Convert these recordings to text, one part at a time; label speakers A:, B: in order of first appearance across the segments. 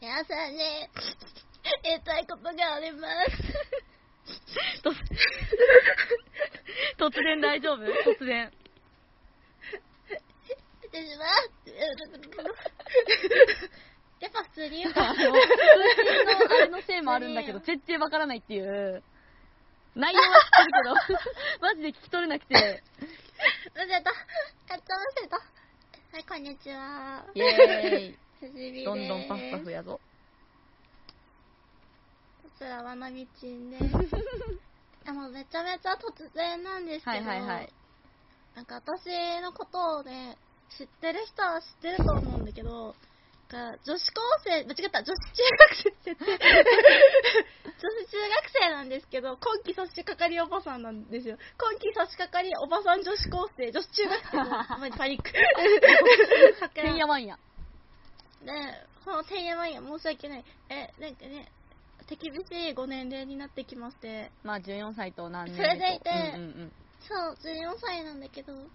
A: 朝ね、言いたいことがあります。
B: 突然大丈夫突然。
A: 失礼します。 やっぱスリーは
B: あの、通勤のあれのせいもあるんだけど、全然わからないっていう。内容は知ってる けど、マジで聞き取れなくて。
A: むせた。やっとむせた。はい、こんにちは。
B: イェー
A: 藤井
B: イ。
A: です
B: どんどんパフパフやぞ。
A: こちらはなみちんです。あの、めちゃめちゃ突然なんですけ
B: は
A: ど、
B: いはいはい。
A: なんか私のことをね、知ってる人は知ってると思うんだけど、なんか女子高生、間違った、女子中学生って言って女子中学生なんですけど、今期差し掛かりおばさんなんですよ。今期差し掛かりおばさん女子高生、女子中学生の、まにパニック。
B: てんやわんや。
A: ねえ、このてんやわんや、申し訳ない。え、なんかね、手厳しいご年齢になってきまして、
B: まあ14歳と何年
A: それでいて
B: うんうん
A: そう、14歳なんだけど、なんか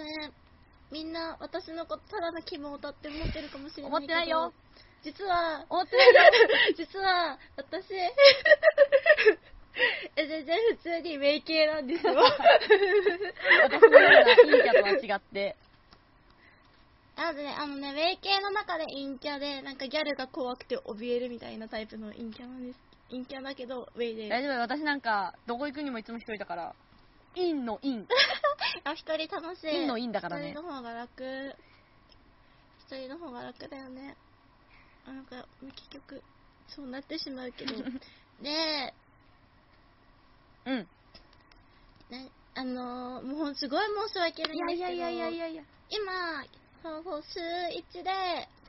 A: ね、みんな私のことただの希望だって思ってるかもしれないけど。
B: 思ってないよ。
A: 実 は、
B: 思ってないよ
A: 実は、私、 え全然普通に名系 なんですよ。
B: 私のような陰キャとは違って。
A: なのでね、あのね、名系の中で陰キャで、なんかギャルが怖くて怯えるみたいなタイプの陰キャなんです。陰キャだけど、ウェイで
B: 大丈夫私なんか、どこ行くにもいつも一人だから。陰の陰。
A: あ、一人楽しい。
B: 陰の陰だからね
A: 一人の方が楽。一人の方が楽だよね。あなんか、結局、そうなってしまうけ ど。で、
B: うん。
A: ね、あのーもうすごい申し訳ないんですけど、
B: やいや。
A: 今、そうそう、週1で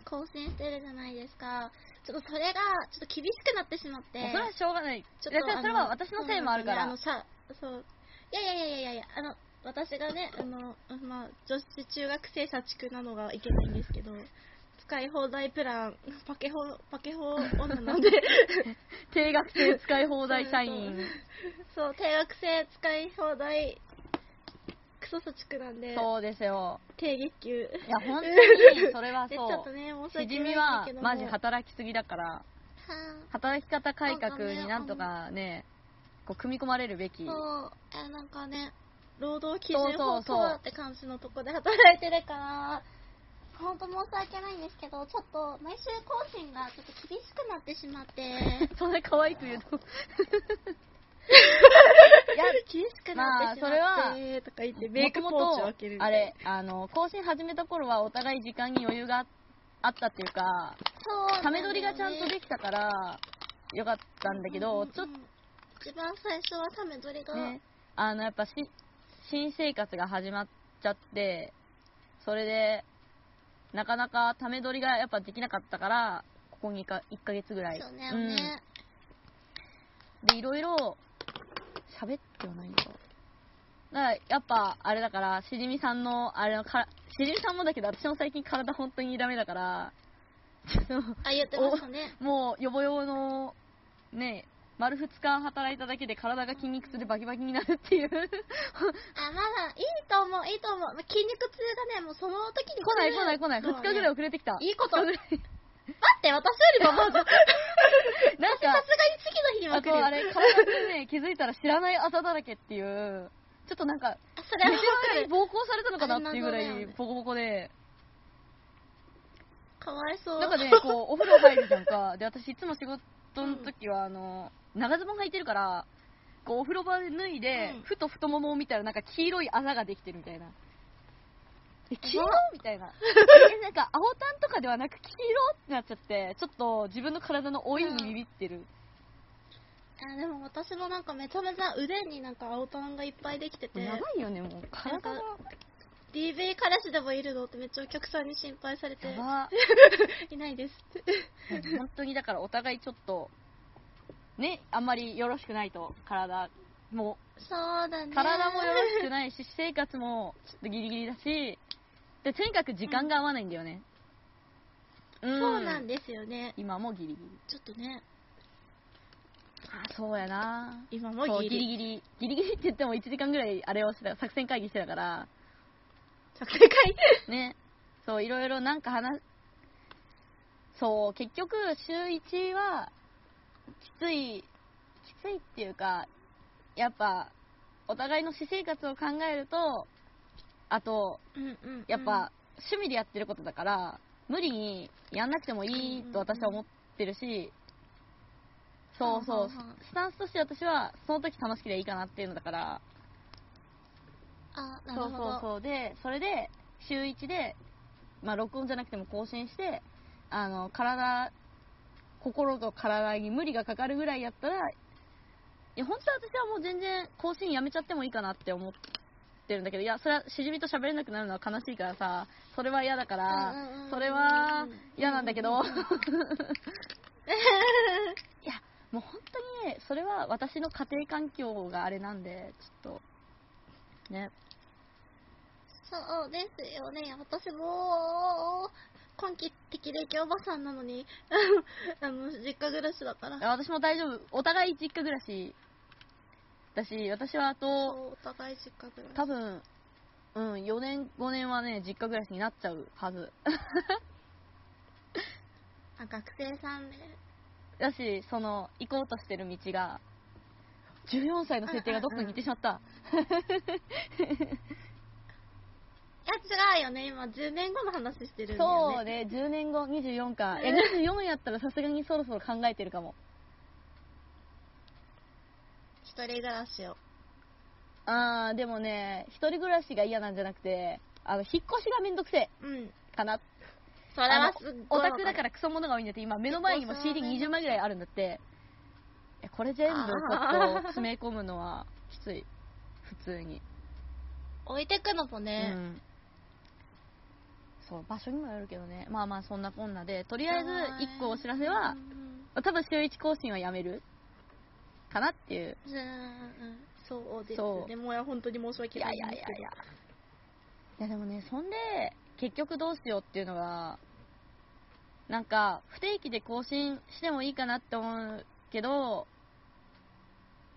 A: 更新してるじゃないですか。ちょっとそれが、ちょっと厳しくなってしまって。
B: それはしょうがない。
A: ちょっ
B: だ
A: と
B: からそれは私のせいもあるから。
A: あのさそういやいやいやいやいやあの私がねあのまあ女子中学生社畜なのがいけないんですけど使い放題プランパケホパケホ女なん で
B: 定額制使い放題社員。
A: そう定額制使い放題クソ社畜なんで
B: そうですよ。
A: 低月給
B: いや、本当に、それは
A: でちょっ
B: そ
A: と
B: う。
A: ね申し
B: し
A: 訳
B: じ
A: ない
B: み
A: んだ
B: は
A: けども
B: マジ働きすぎだから、
A: はあ
B: 働き方改革になんとかね、こう組み込まれるべき。
A: そう、えなんかね、労働基準法
B: そうそうそう
A: とはって感じのとこで働いてるから、本当申し訳ないんですけど、ちょっと毎週更新がちょっと厳しくなってしまっ て、
B: そんな可愛く言うと。
A: いや、厳しくなってしまって、
B: まあ
A: と
B: そ
A: か言ってメイクポーチを開けるみ
B: あ
A: たい
B: れ、あの、更新始めた頃はお互い時間に余裕があったっていうか、
A: な。そう
B: ため取りがちゃんと
A: き
B: できたから、よかったんだけど、ちょっと、
A: 一番最初はため取りが、
B: ね、あのやっぱし新生活が始まっちゃってそれでなかなかため取りがやっぱできなかったからここにか1ヶ月ぐらい
A: そうね、ね、
B: うん、でいろいろ喋ってはないんだだからやっぱあれだからしじみさんのあれのかしじみさんもだけど私も最近体本当にダメだからちょっと
A: あ、言ってましたね。
B: もう、ヨボヨボの、ね、丸2日働いただけで体が筋肉痛でバキバキになるっていう。
A: あ、まだ、いいと思う、いいと思う。筋肉痛がね、もうその時に
B: 来ない来ない来ない。
A: のは
B: 2
A: ね
B: 日ぐらい遅れてきた。
A: いいこと
B: 二日ぐらい
A: 待って、私よりもまだ、さ
B: なん
A: すが
B: か
A: に、次の日には
B: あ
A: 来るよ
B: とあれ、体にね、気づいたら知らないあざだらけっていう、ちょっとなんか、
A: あそれ
B: めち
A: は
B: ゃ
A: わか
B: めちゃ
A: る。
B: 暴行されたのかなっていうぐら
A: あれ謎だ
B: い
A: よね、
B: ボコボコで。
A: かわいそう。
B: なん かね、こう、お風呂入るじゃんか。で、私いつも仕事の時は、あの、長ズボン履いてるから、こう、お風呂場で脱いで、
A: うん
B: ふと太ももを見たら、なんか黄色い穴ができてるみたいな。え、黄色みたいな。えなんか、青タンとかではなく黄色ってなっちゃって、ちょっと自分の体の老いにビビってる。
A: あでも私もなんかめちゃめちゃ腕になんか青タンがいっぱいできてて、
B: やばいよね、もう。体が。
A: DV 彼氏でもいるのってめっちゃお客さんに心配されて
B: や、ば。
A: いない ですって。
B: 本当にだからお互いちょっと、ね、あんまりよろしくないと、体も
A: そうだね。
B: 体もよろしくないし、私生活もちょっとギリギリだし、で、とにかく時間が合わないんだよね。うん
A: そうなんですよね。
B: 今もギリギリ。
A: ちょっとね、
B: あ、そうやな
A: 今
B: そ
A: も
B: う
A: ギ
B: ギリ
A: リ。
B: ギリ。ギリギリって言っても1時間ぐらいあれをしてた、作戦会議してたから、
A: 作戦会
B: ね。そう、いろいろなんか話、そう、結局、週1は、きつい、きついっていうか、やっぱ、お互いの私生活を考えると、あと、
A: うんうんうん
B: やっぱ、趣味でやってることだから、無理にやんなくてもいいと私は思ってるし、そう
A: は
B: そ
A: あは
B: う、
A: あはあ
B: スタンスとして私は、その時楽しければいいかなっていうのだから、
A: あなる
B: そ
A: ほ
B: う
A: ど
B: そうそう。で、それで、週1で、まあ、録音じゃなくても更新して、あの、体、心と体に無理がかかるぐらいやったら、いや、本当は私はもう全然更新やめちゃってもいいかなって思ってるんだけど、いや、それはしじみと喋れなくなるのは悲しいからさ、それは嫌だか
A: うんうんうんうん
B: ら、それは嫌なん だけど、
A: うんうんうん
B: いや、もう本当にね、それは私の家庭環境があれなんで、ちょっと、ね、
A: そうですよね。私も、今季適齢期おばさんなのに、 あの、実家暮らしだから。
B: あ私も大丈夫。お互い実家暮らしだし、私はあと、
A: そうお互い実家暮らし。
B: 多分、うん、4年、5年はね、実家暮らしになっちゃうはず。
A: あ、学生さんで。
B: だし、その、行こうとしてる道が、14歳の設定がどっかに行ってしまった。
A: いや、違うよね。今、10年後の話してるんだよね。
B: そうね、10年後、24か。いや、24やったらさすがにそろそろ考えてるかも。
A: 一人暮らしを。
B: あー、でもね、一人暮らしが嫌なんじゃなくて、あの、引っ越しがめんどくせえ
A: うん。
B: かな。
A: それはすっごい。
B: オタクだからクソものが多いんだって今目の前にも CD20 枚ぐらいあるんだっていやこれ全部ちょっと詰め込むのはきつい普通に、
A: 置いてくのも
B: う
A: ね、
B: んそう場所にもよるけどねまあまあそんなこんなでとりあえず1個お知らせは
A: うん
B: 多分週1更新はやめるかなっていう
A: うんうんそうです
B: そう
A: ね。もう本当に申し
B: い
A: 訳
B: や
A: ないいん
B: や
A: で
B: い
A: す
B: や
A: けど。
B: いやいやでもねそんで結局どうしようっていうのがなんか不定期で更新してもいいかなって思うけど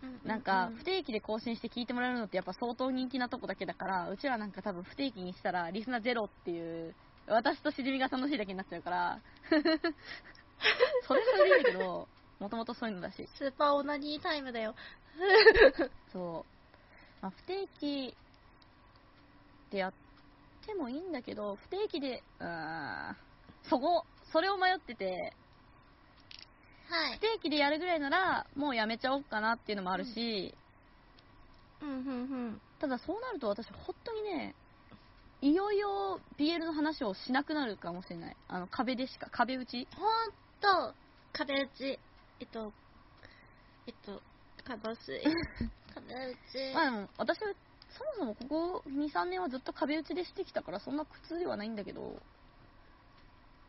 A: ううう
B: なんか不定期で更新して聞いてもらえるのってやっぱ相当人気なとこだけだからうちらなんか多分不定期にしたらリスナーゼロっていう私としじみが楽しいだけになっちゃうから それはそれでいいんだけどもともとそういうのだし
A: スーパーオナニータイムだよ。
B: そう、まあ、不定期でやってもいいんだけど不定期でうーんそこそれを迷ってて
A: はい
B: 不。定期でやるぐらいならもうやめちゃおうかなっていうのもあるし、
A: うんうんうん。
B: ただそうなると私本当にねいよいよ BL の話をしなくなるかもしれないあの壁でしか壁打ち
A: ほんと、壁打ち。えっと、えっと、かど し。壁打ち。
B: まあでも私はそもそもここ23年はずっと壁打ちでしてきたからそんな苦痛ではないんだけど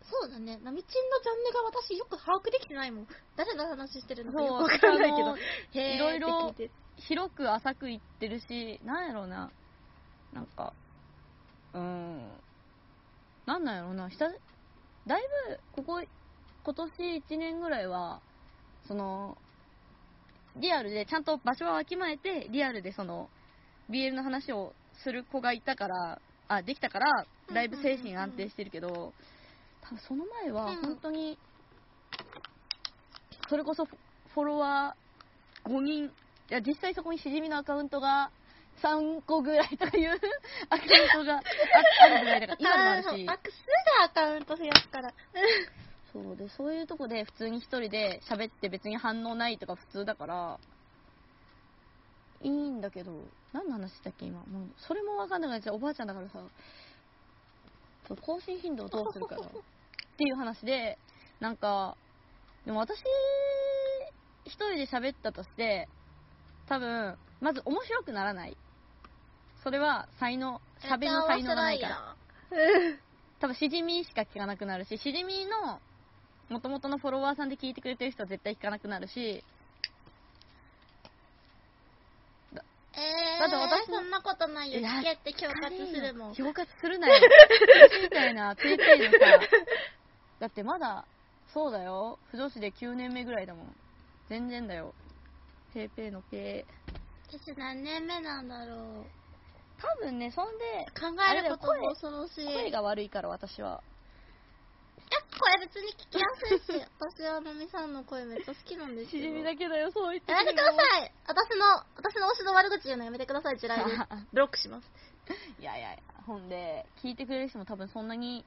A: そうだね。ナミチンのジャンルが私よく把握できてないもん。誰の話してるのかよく
B: そう
A: わからないけど
B: あの。
A: へー
B: いろいろ
A: って聞いて
B: 広く浅くいってるしなんやろうななんかうーんなんなんやろうなひただいぶここ今年1年ぐらいはそのリアルでちゃんと場所はわきまえてリアルでその BL の話をする子がいたからあできたからだいぶ精神安定してるけど、多分その前は
A: うん
B: 本当に、それこそフフォロワー5人いや実際そこにしじみのアカウントが3個ぐらいとかいうアカウントがああるぐらいだから今でもあるし
A: あそうあすぐアカウント増やすから。
B: そうでそういうとこで普通に一人で喋って別に反応ないとか普通だからいいんだけど何の話だっけ今もうそれも分かんなくなっちゃうおばあちゃんだからさそう更新頻度をどうするかだっていう話でなんかでも私一人で喋ったとして多分まず面白くならないそれは才能喋りの才能がないから多分しじみしか聞かなくなるししじみの元々のフォロワーさんで聞いてくれてる人は絶対聞かなくなる
A: えー、
B: しだって私の
A: そんなことないよ。
B: いや
A: 聞けって恐喝するもん。
B: 恐喝するなよ私みたいな定定のさだってまだそうだよ不女子で9年目ぐらいだもん全然だよペーペーのペー
A: 私何年目なんだろう。
B: 多分ねそんで
A: 考
B: あ
A: え
B: れだ
A: る
B: よ
A: ことも恐ろしい。
B: 声声が悪いから私は
A: これ別に聞きやすいし、私はのみさんの声めっちゃ好きなんですけ
B: し
A: ど。
B: じみ
A: や
B: だけだよ、そう言って
A: めてください私の、私の推しの悪口言うのやめてください、地雷でブロックします。
B: い。いやいやいや、ほんで、聞いてくれる人も多分そんなに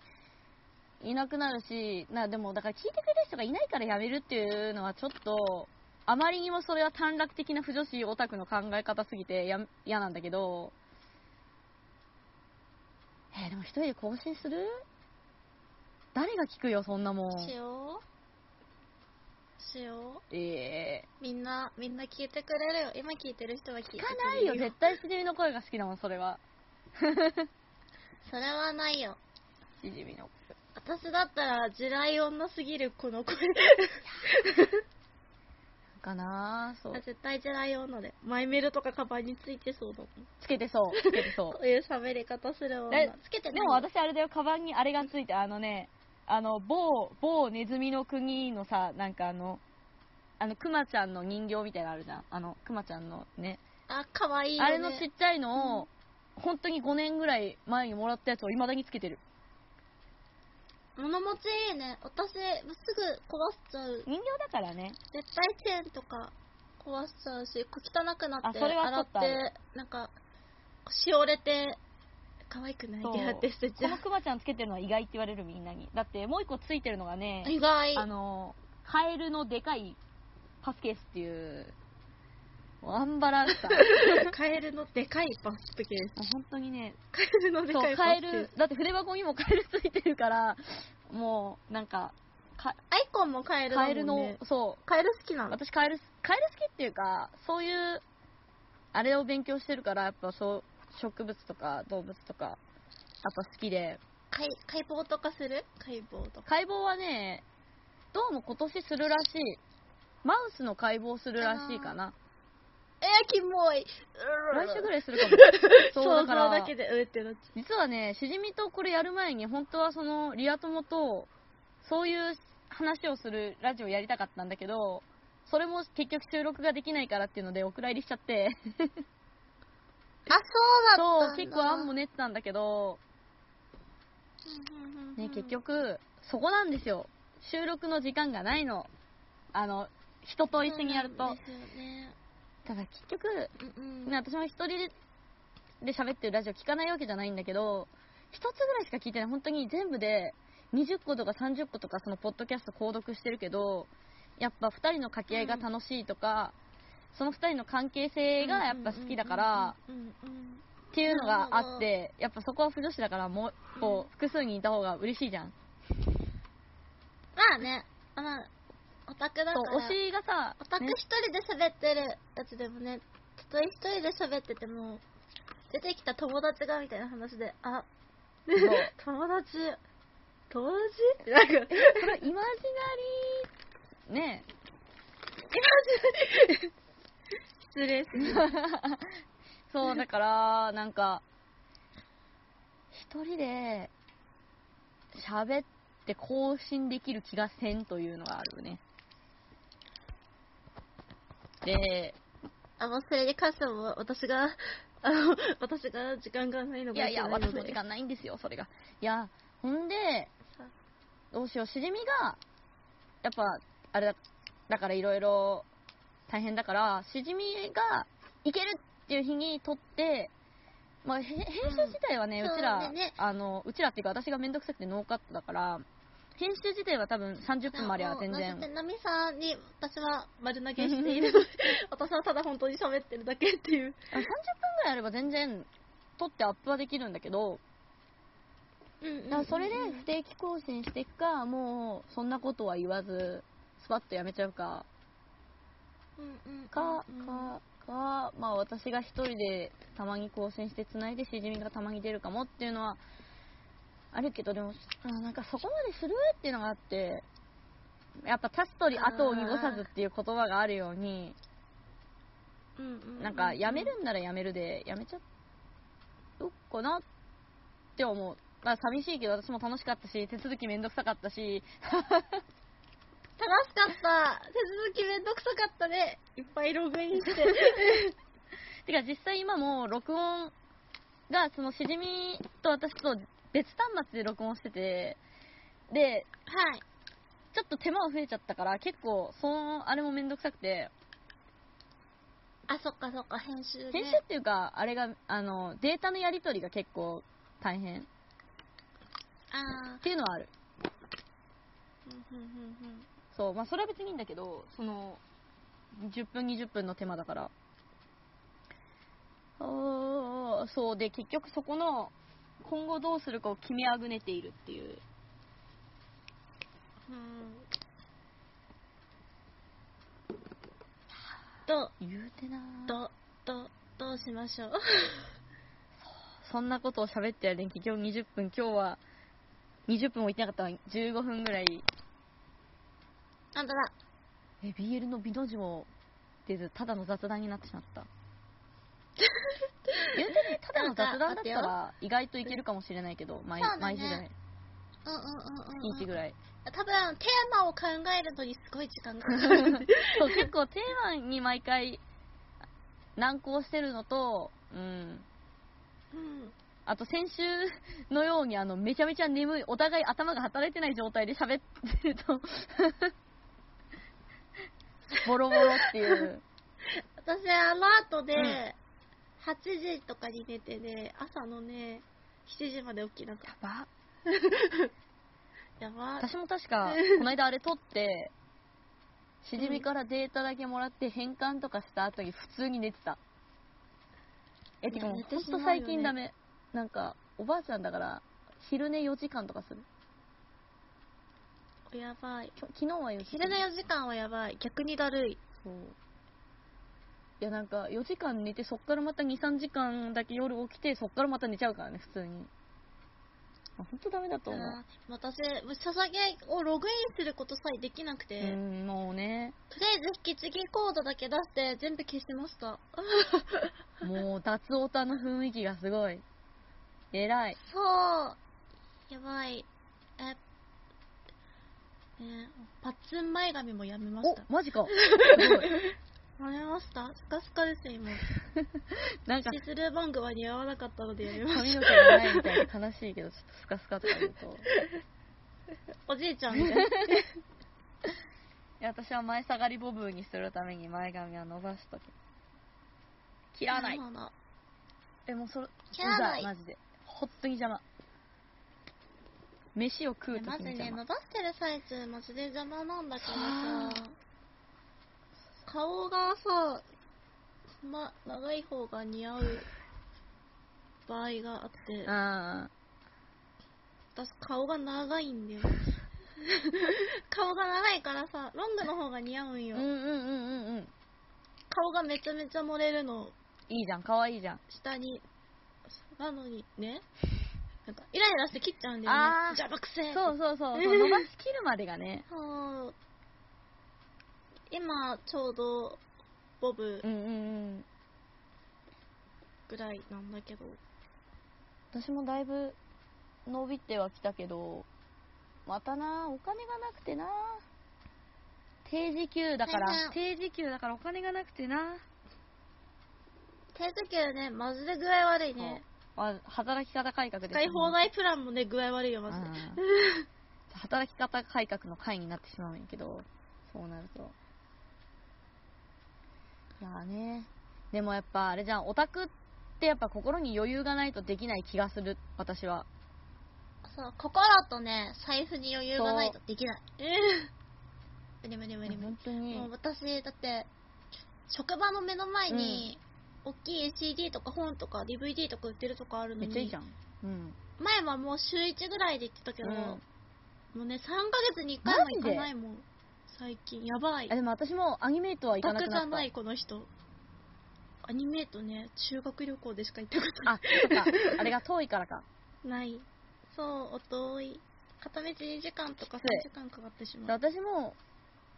B: いなくなるし、なでも、だから聞いてくれる人がいないからやめるっていうのはちょっと、あまりにもそれは短絡的な腐女子オタクの考え方すぎてや嫌なんだけど、えーでも一人で更新する誰が聞くよ、そんなもん
A: し。よう。しよ
B: え
A: う。みんな、みんな聞いてくれるよ。今聞いてる人は聞いてく
B: ー、聞
A: れ
B: か
A: る
B: ないよ、絶対しじみの声が好きだもん、それは。
A: それはないよ。
B: しじみの声。
A: 私だったら、地雷女すぎるこの声。
B: かなぁ、そう。
A: 絶対地雷女で。マイメロとかカバンについてそうだもん。
B: つけてそう、つけてそ
A: こういう喋り方する女
B: え。
A: つけて
B: う。
A: ない
B: でも私あれだよ、カバンにあれがついて、あのね、あの、某、某ネズミの国のさ、なんかあの、あの、クマちゃんの人形みたいなのあるじゃん。あの、クマちゃんのね。
A: あ、かわいいよ、ね。
B: あれのちっちゃいのを、本当に5年ぐらい前にもらったやつを未だにつけてる。
A: 物持ちいいね。私、すぐ壊しちゃう。
B: 人形だからね。
A: 絶対チェーンとか壊しちゃうし、こう汚くなっ
B: あ
A: て、
B: それはち
A: 洗
B: ょ
A: っ
B: っとある
A: て、なんか、こうしおれて、可愛くない
B: そう
A: 出会って捨てち
B: こ
A: ゃ
B: のクマちゃんつけてるのは意外って言われるみんなに。だってもう一個ついてるのがね
A: う。、意外。
B: あの、カエルのでかいパスケースっていう、ワンバラン サー。
A: カエルのでかいバスケース。
B: もう本当にね、
A: カエルので
B: そ
A: か
B: う、
A: いバ
B: カエ
A: スケー
B: ル
A: ス。、
B: だって筆箱にもカエルついてるから、もう、なんか、か
A: アイコンもカエルだも
B: カ
A: ん
B: エ
A: ね。
B: ルの、そう、
A: カエル好きなの。
B: 私カエル、カエル好きっていうか、そういう、あれを勉強してるから、やっぱそう、植物とか動物とか、やっぱ好きで、
A: 解解剖とかする解剖とか。
B: 解剖はね、どうも今年するらしい。マウスの解剖するらしいかな。
A: えー、キモい。
B: 来週ぐ
A: らい。
B: らい するかも。そう、
A: 想
B: だか
A: 像
B: ら
A: だ、けで、うーってなっちゃう
B: 実はね、しじみとこれやる前に、本当はその、リア友と、そういう話をするラジオやりたかったんだけど、それも結局収録ができないからっていうので、お蔵入りしちゃって、
A: あ、そうだ
B: そ
A: ったんだ。
B: う、結構案も練ってたんだけど、
A: うんうんうんうん
B: ね、結。局、そこなんですよ。収録の時間がないの。あの、人と一緒にやると。
A: そうなんですよね
B: だから結局、
A: うんうん
B: ね、私も一人で喋ってるラジオ聞かないわけじゃないんだけど、一つぐらいしか聞いてない。本当に全部で20個とか30個とかそのポッドキャスト購読してるけど、やっぱ二人の掛け合いが楽しいとか、その二人の関係性がやっぱ好きだから、
A: うんうんうん
B: っていうのがあって、やっぱそこは不女子だからもう一歩複数人いた方が嬉しいじゃん。
A: まあねあまあオタクだから
B: そう、推しがさ、
A: オタク
B: ね
A: 一人で喋ってるやつでもねたとえ一人で喋ってても出てきた友達がみたいな話であ
B: そう
A: 友達友達なんか今
B: それはイマジナリー、ね
A: 失礼する
B: そう、だから、なんか、一人で、喋って更新できる気がせんというのがあるよね。で、
A: あのそれで歌詞も私があの私が時間がないの
B: い
A: が
B: やいや、
A: けなの
B: 私
A: で
B: の時間ないんですよ、それが。いや、ほんで、どうしよう、しじみが、やっぱ、あれだ、だからいろいろ大変だから、しじみが、いけるっていう日に撮って、まあ、へ編集自体はね、
A: う
B: うんちら、
A: そうね
B: あの、うちらっていうか私がめんどくさくてノーカットだから、編集自体は多分30分までは全
A: いやもう
B: 然。
A: ナミさんに私は丸投げして いるので私はただ本当に喋ってるだけっていう
B: あ30分ぐらいあれば全然撮ってアップはできるんだけど、だからそれで不定期更新していくか、もうそんなことは言わず、スパッとやめちゃうか、か、か、か、まあ私が一人でたまに更新してつないでしじみがたまに出るかもっていうのはあるけど、でも、あなんかそこまでするっていうのがあって、やっぱ立つ鳥後を濁さずっていう言葉があるように、なんかやめるんならやめるで、やめちゃうかなって思う。まあ寂しいけど私も楽しかったし、手続きめんどくさかったし、
A: 楽しかった手続きめんどくさかったねいっぱいログインして
B: てか実際今も録音がそのしじみと私と別端末で録音しててで、
A: はい。
B: ちょっと手間は増えちゃったから、結構、その、あれもめんどくさくて、
A: あ、そっかそっか、編集ね。
B: 編集っていうか、あれが、あの、データのやり取りが結構大変っ
A: あ
B: ていうのはある。
A: ーうんうんうんうん。
B: そう、まあそれは別にいいんだけど、その、10分20分の手間だから。あーそうで、結局そこの、今後どうするかを決めあぐねているっていう。
A: うんど、
B: 言うてなー
A: ど、ど、どうしましょう。
B: そんなことを喋ってやるね結局20分、今日は、20分もいってなかったら15分ぐらい、
A: あんただ。
B: え、BL の美の字も出ず、ただの雑談になってしま った。言うてね、ただの雑談だったら、意外といけるかもしれないけど、毎、
A: そうだね
B: 毎時代、
A: うんうんうんうんうん。
B: 月1ぐらい。
A: 多分、テーマを考えるのにすごい時間がかかるんで。
B: そう結構テーマに毎回難航してるのと、うん、
A: うん。
B: あと先週のようにあのめちゃめちゃ眠いお互い頭が働いてない状態で喋ってる とボロボロって いう
A: 私、あの後で、
B: うん
A: 8時とかに寝てね、朝のね、7時まで起きなかっ
B: やば
A: た。 やば
B: 私も確かこの間あれ撮ってしじみからデータだけもらって変換とかした後に普通に寝てたえてかもう
A: いや寝
B: ほ
A: て
B: ん
A: しまうよ
B: と
A: ね
B: 最近ダメなんかおばあちゃんだから昼寝4時間とかする
A: やばい。
B: きょ昨日は4時
A: 昼寝4時間はやばい。逆にだるい。
B: そういやなんか4時間寝てそっからまた23時間だけ夜起きてそっからまた寝ちゃうからね普通にあ本当ダメだと思う
A: あー私、ささげをログインすることさえできなくて、
B: うんもうね
A: とりあえず引き継ぎコードだけ出して全部消しました。
B: もう脱オタの雰囲気がすごい偉い
A: そう。やばい。え、ね、パッツン前髪もやめました。
B: おマ ジかすごい
A: やめましたスカスカですよ、今。
B: なんか
A: シスルーバングは似合わなかったのでやめまし
B: 髪の毛がないみたいで悲しいけどちょっとスカスカとか言うと
A: た。おじいちゃんみたい な。
B: いや私は前下がりボブにするために前髪は伸ばしとけ切らない
A: そうの
B: えもうそれ
A: 切らないう
B: ざマジで本当に邪魔飯を食うときに
A: まずね、
B: 邪魔、
A: 伸ばしてる最中、マジで邪魔なんだけどさ、顔がさ、ま、長い方が似合う場合があって、
B: あ
A: 私顔が長いん だよ。顔が長いからさ、ロングの方が似合うん
B: ー
A: よ
B: うん。うんうんうんうん
A: 顔がめちゃめちゃ漏れるの、
B: いいじゃん可愛いじゃん
A: 下に。なのにね、なんかイライラして切っちゃうんだよね
B: あー。
A: 邪魔くせえ
B: そうそ うそうそう伸ばしきるまでがね
A: そう今ちょうどボブ
B: うんうんうん
A: ぐらいなんだけど、
B: 私もだいぶ伸びてはきたけどまたなお金がなくてな低時給だから低時給だからお金がなくてな、
A: 手付けねマジで具合悪いね
B: そうあ働き方改革です
A: 使い放題プランもね具合悪いよマジで
B: うん 働き方改革の会になってしまうんやけどそうなるといやーねでもやっぱあれじゃんオタクってやっぱ心に余裕がないとできない気がする私は
A: そう心とね財布に余裕がないとできない無理無理無理無
B: 本当に
A: 理もう私だって職場の目の前に、大きい CD とか本とか DVD とか売ってるとかあるの
B: め
A: に
B: っちゃいいじゃんうん
A: 前はもう週1ぐらいで行ってたけど、
B: うん
A: もうね、3ヶ月に1回も行かないもん。最近、やばい
B: あ。でも私もアニメイトは行か
A: オ
B: な
A: タ
B: く
A: クじ
B: な
A: ゃ
B: った
A: ない、この人。アニメートね、修学旅行でしか行ったこと
B: あそっか あれが遠いからか
A: ない。そう、お遠い。片道2時間とか3
B: きつい
A: 時間かかってしまう。
B: 私も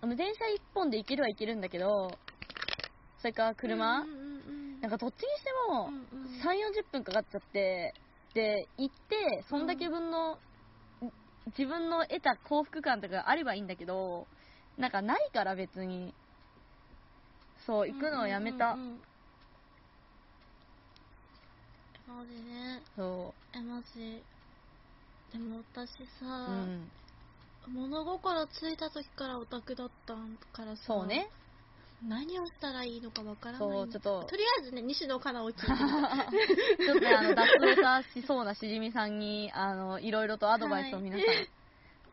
B: あの電車一本で行けるは行けるんだけどそれから車、
A: うんうんうん。
B: なんかどっちにしても、
A: うんうん
B: 3、40分かかっちゃって、で、行って、そんだけ分の、自分の得た幸福感とかあればいいんだけど、なんかないから別に。そう、行くのをやめた。
A: うんうんうんマジね。
B: そ
A: え、マジ。でも私さ、
B: う。うん。
A: 物心ついた時からオタクだったからさ
B: そうね。
A: 何をしたらいいのかわからない
B: そうちょっと
A: とりあえずね西野カナを聞いてみ た
B: ちょっとねあの、脱落さしそうなしじみさんに、あの、いろいろとアドバイスを皆さん、
A: はい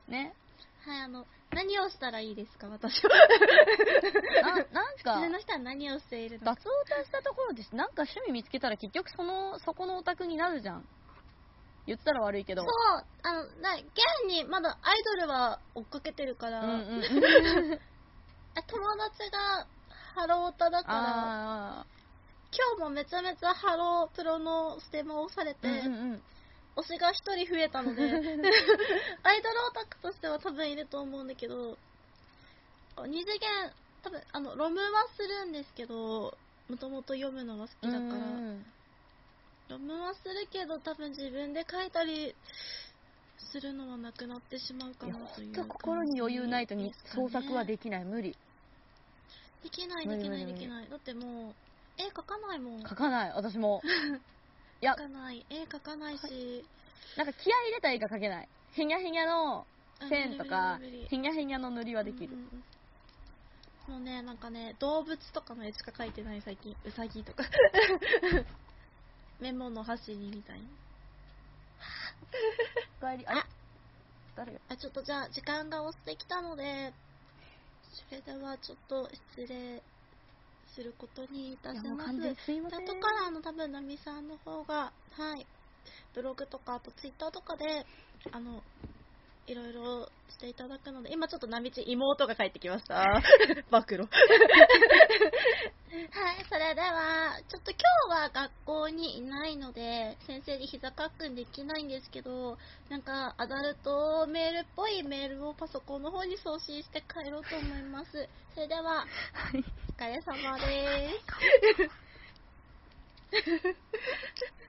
B: ね。
A: はいあの何をしたらいいですか私は
B: な、なん
A: 普通の
B: か、
A: 人は何をしているの
B: 脱
A: か
B: 落さしたところで、なんか趣味見つけたら結局その、そこのオタクになるじゃん。言ったら悪いけ
A: そ
B: ど
A: う。あのな現にまだアイドルは追っかけてるか
B: う
A: ら、
B: んうん。
A: あ友達がハローオタだから
B: あ
A: 今日もめちゃめちゃハロープロのステマをされ
B: あ。う
A: て、
B: んうんうん。
A: 推しが一人増えたの でアイドルオタクとしては多分いると思うんだけど二次元多分あのロムはするんですけどもともと読むのが好きだから、
B: うん
A: ロムはするけど多分自分で書いたりするのはなくなってしまうか
B: いや、
A: もと
B: ほ
A: い
B: ん
A: う
B: と心に余裕ないとに
A: 感じですかね
B: 創作はできない。無理。
A: できないできないで
B: 無理無理
A: きないだってもう絵描かないもん
B: 書かない。私も。いや
A: 描、かない絵描かないし
B: なんか気合い入れた絵が描けない。へにゃへにゃの線とか
A: うん無理無理無理無理、
B: へにゃへにゃの塗りはできる
A: うん。うんうんもうね、なんかね、動物とかの絵しか描いてない最近。ウサギとか。 メモの箸にみたいに。
B: おかえりあれ誰が
A: あ、ちょっとじゃあ、時間が押してきたので、それではちょっと失礼することにいた
B: い
A: し
B: やもう
A: ます。
B: 完全にすいません
A: 後から、あの、多分、ナミさんの方が、はい、ブログとか、あとツイッターとかで、あの、いろいろしていただくので、今ちょっとナミチ妹が帰ってきま した。暴露。はい、それでは、ちょっと今日は学校にいないので、先生に膝かっくんできないんですけど、なんか、アダルトメールっぽいメールをパソコンの方に送信して帰ろうと思います。それでは、お疲れ様です。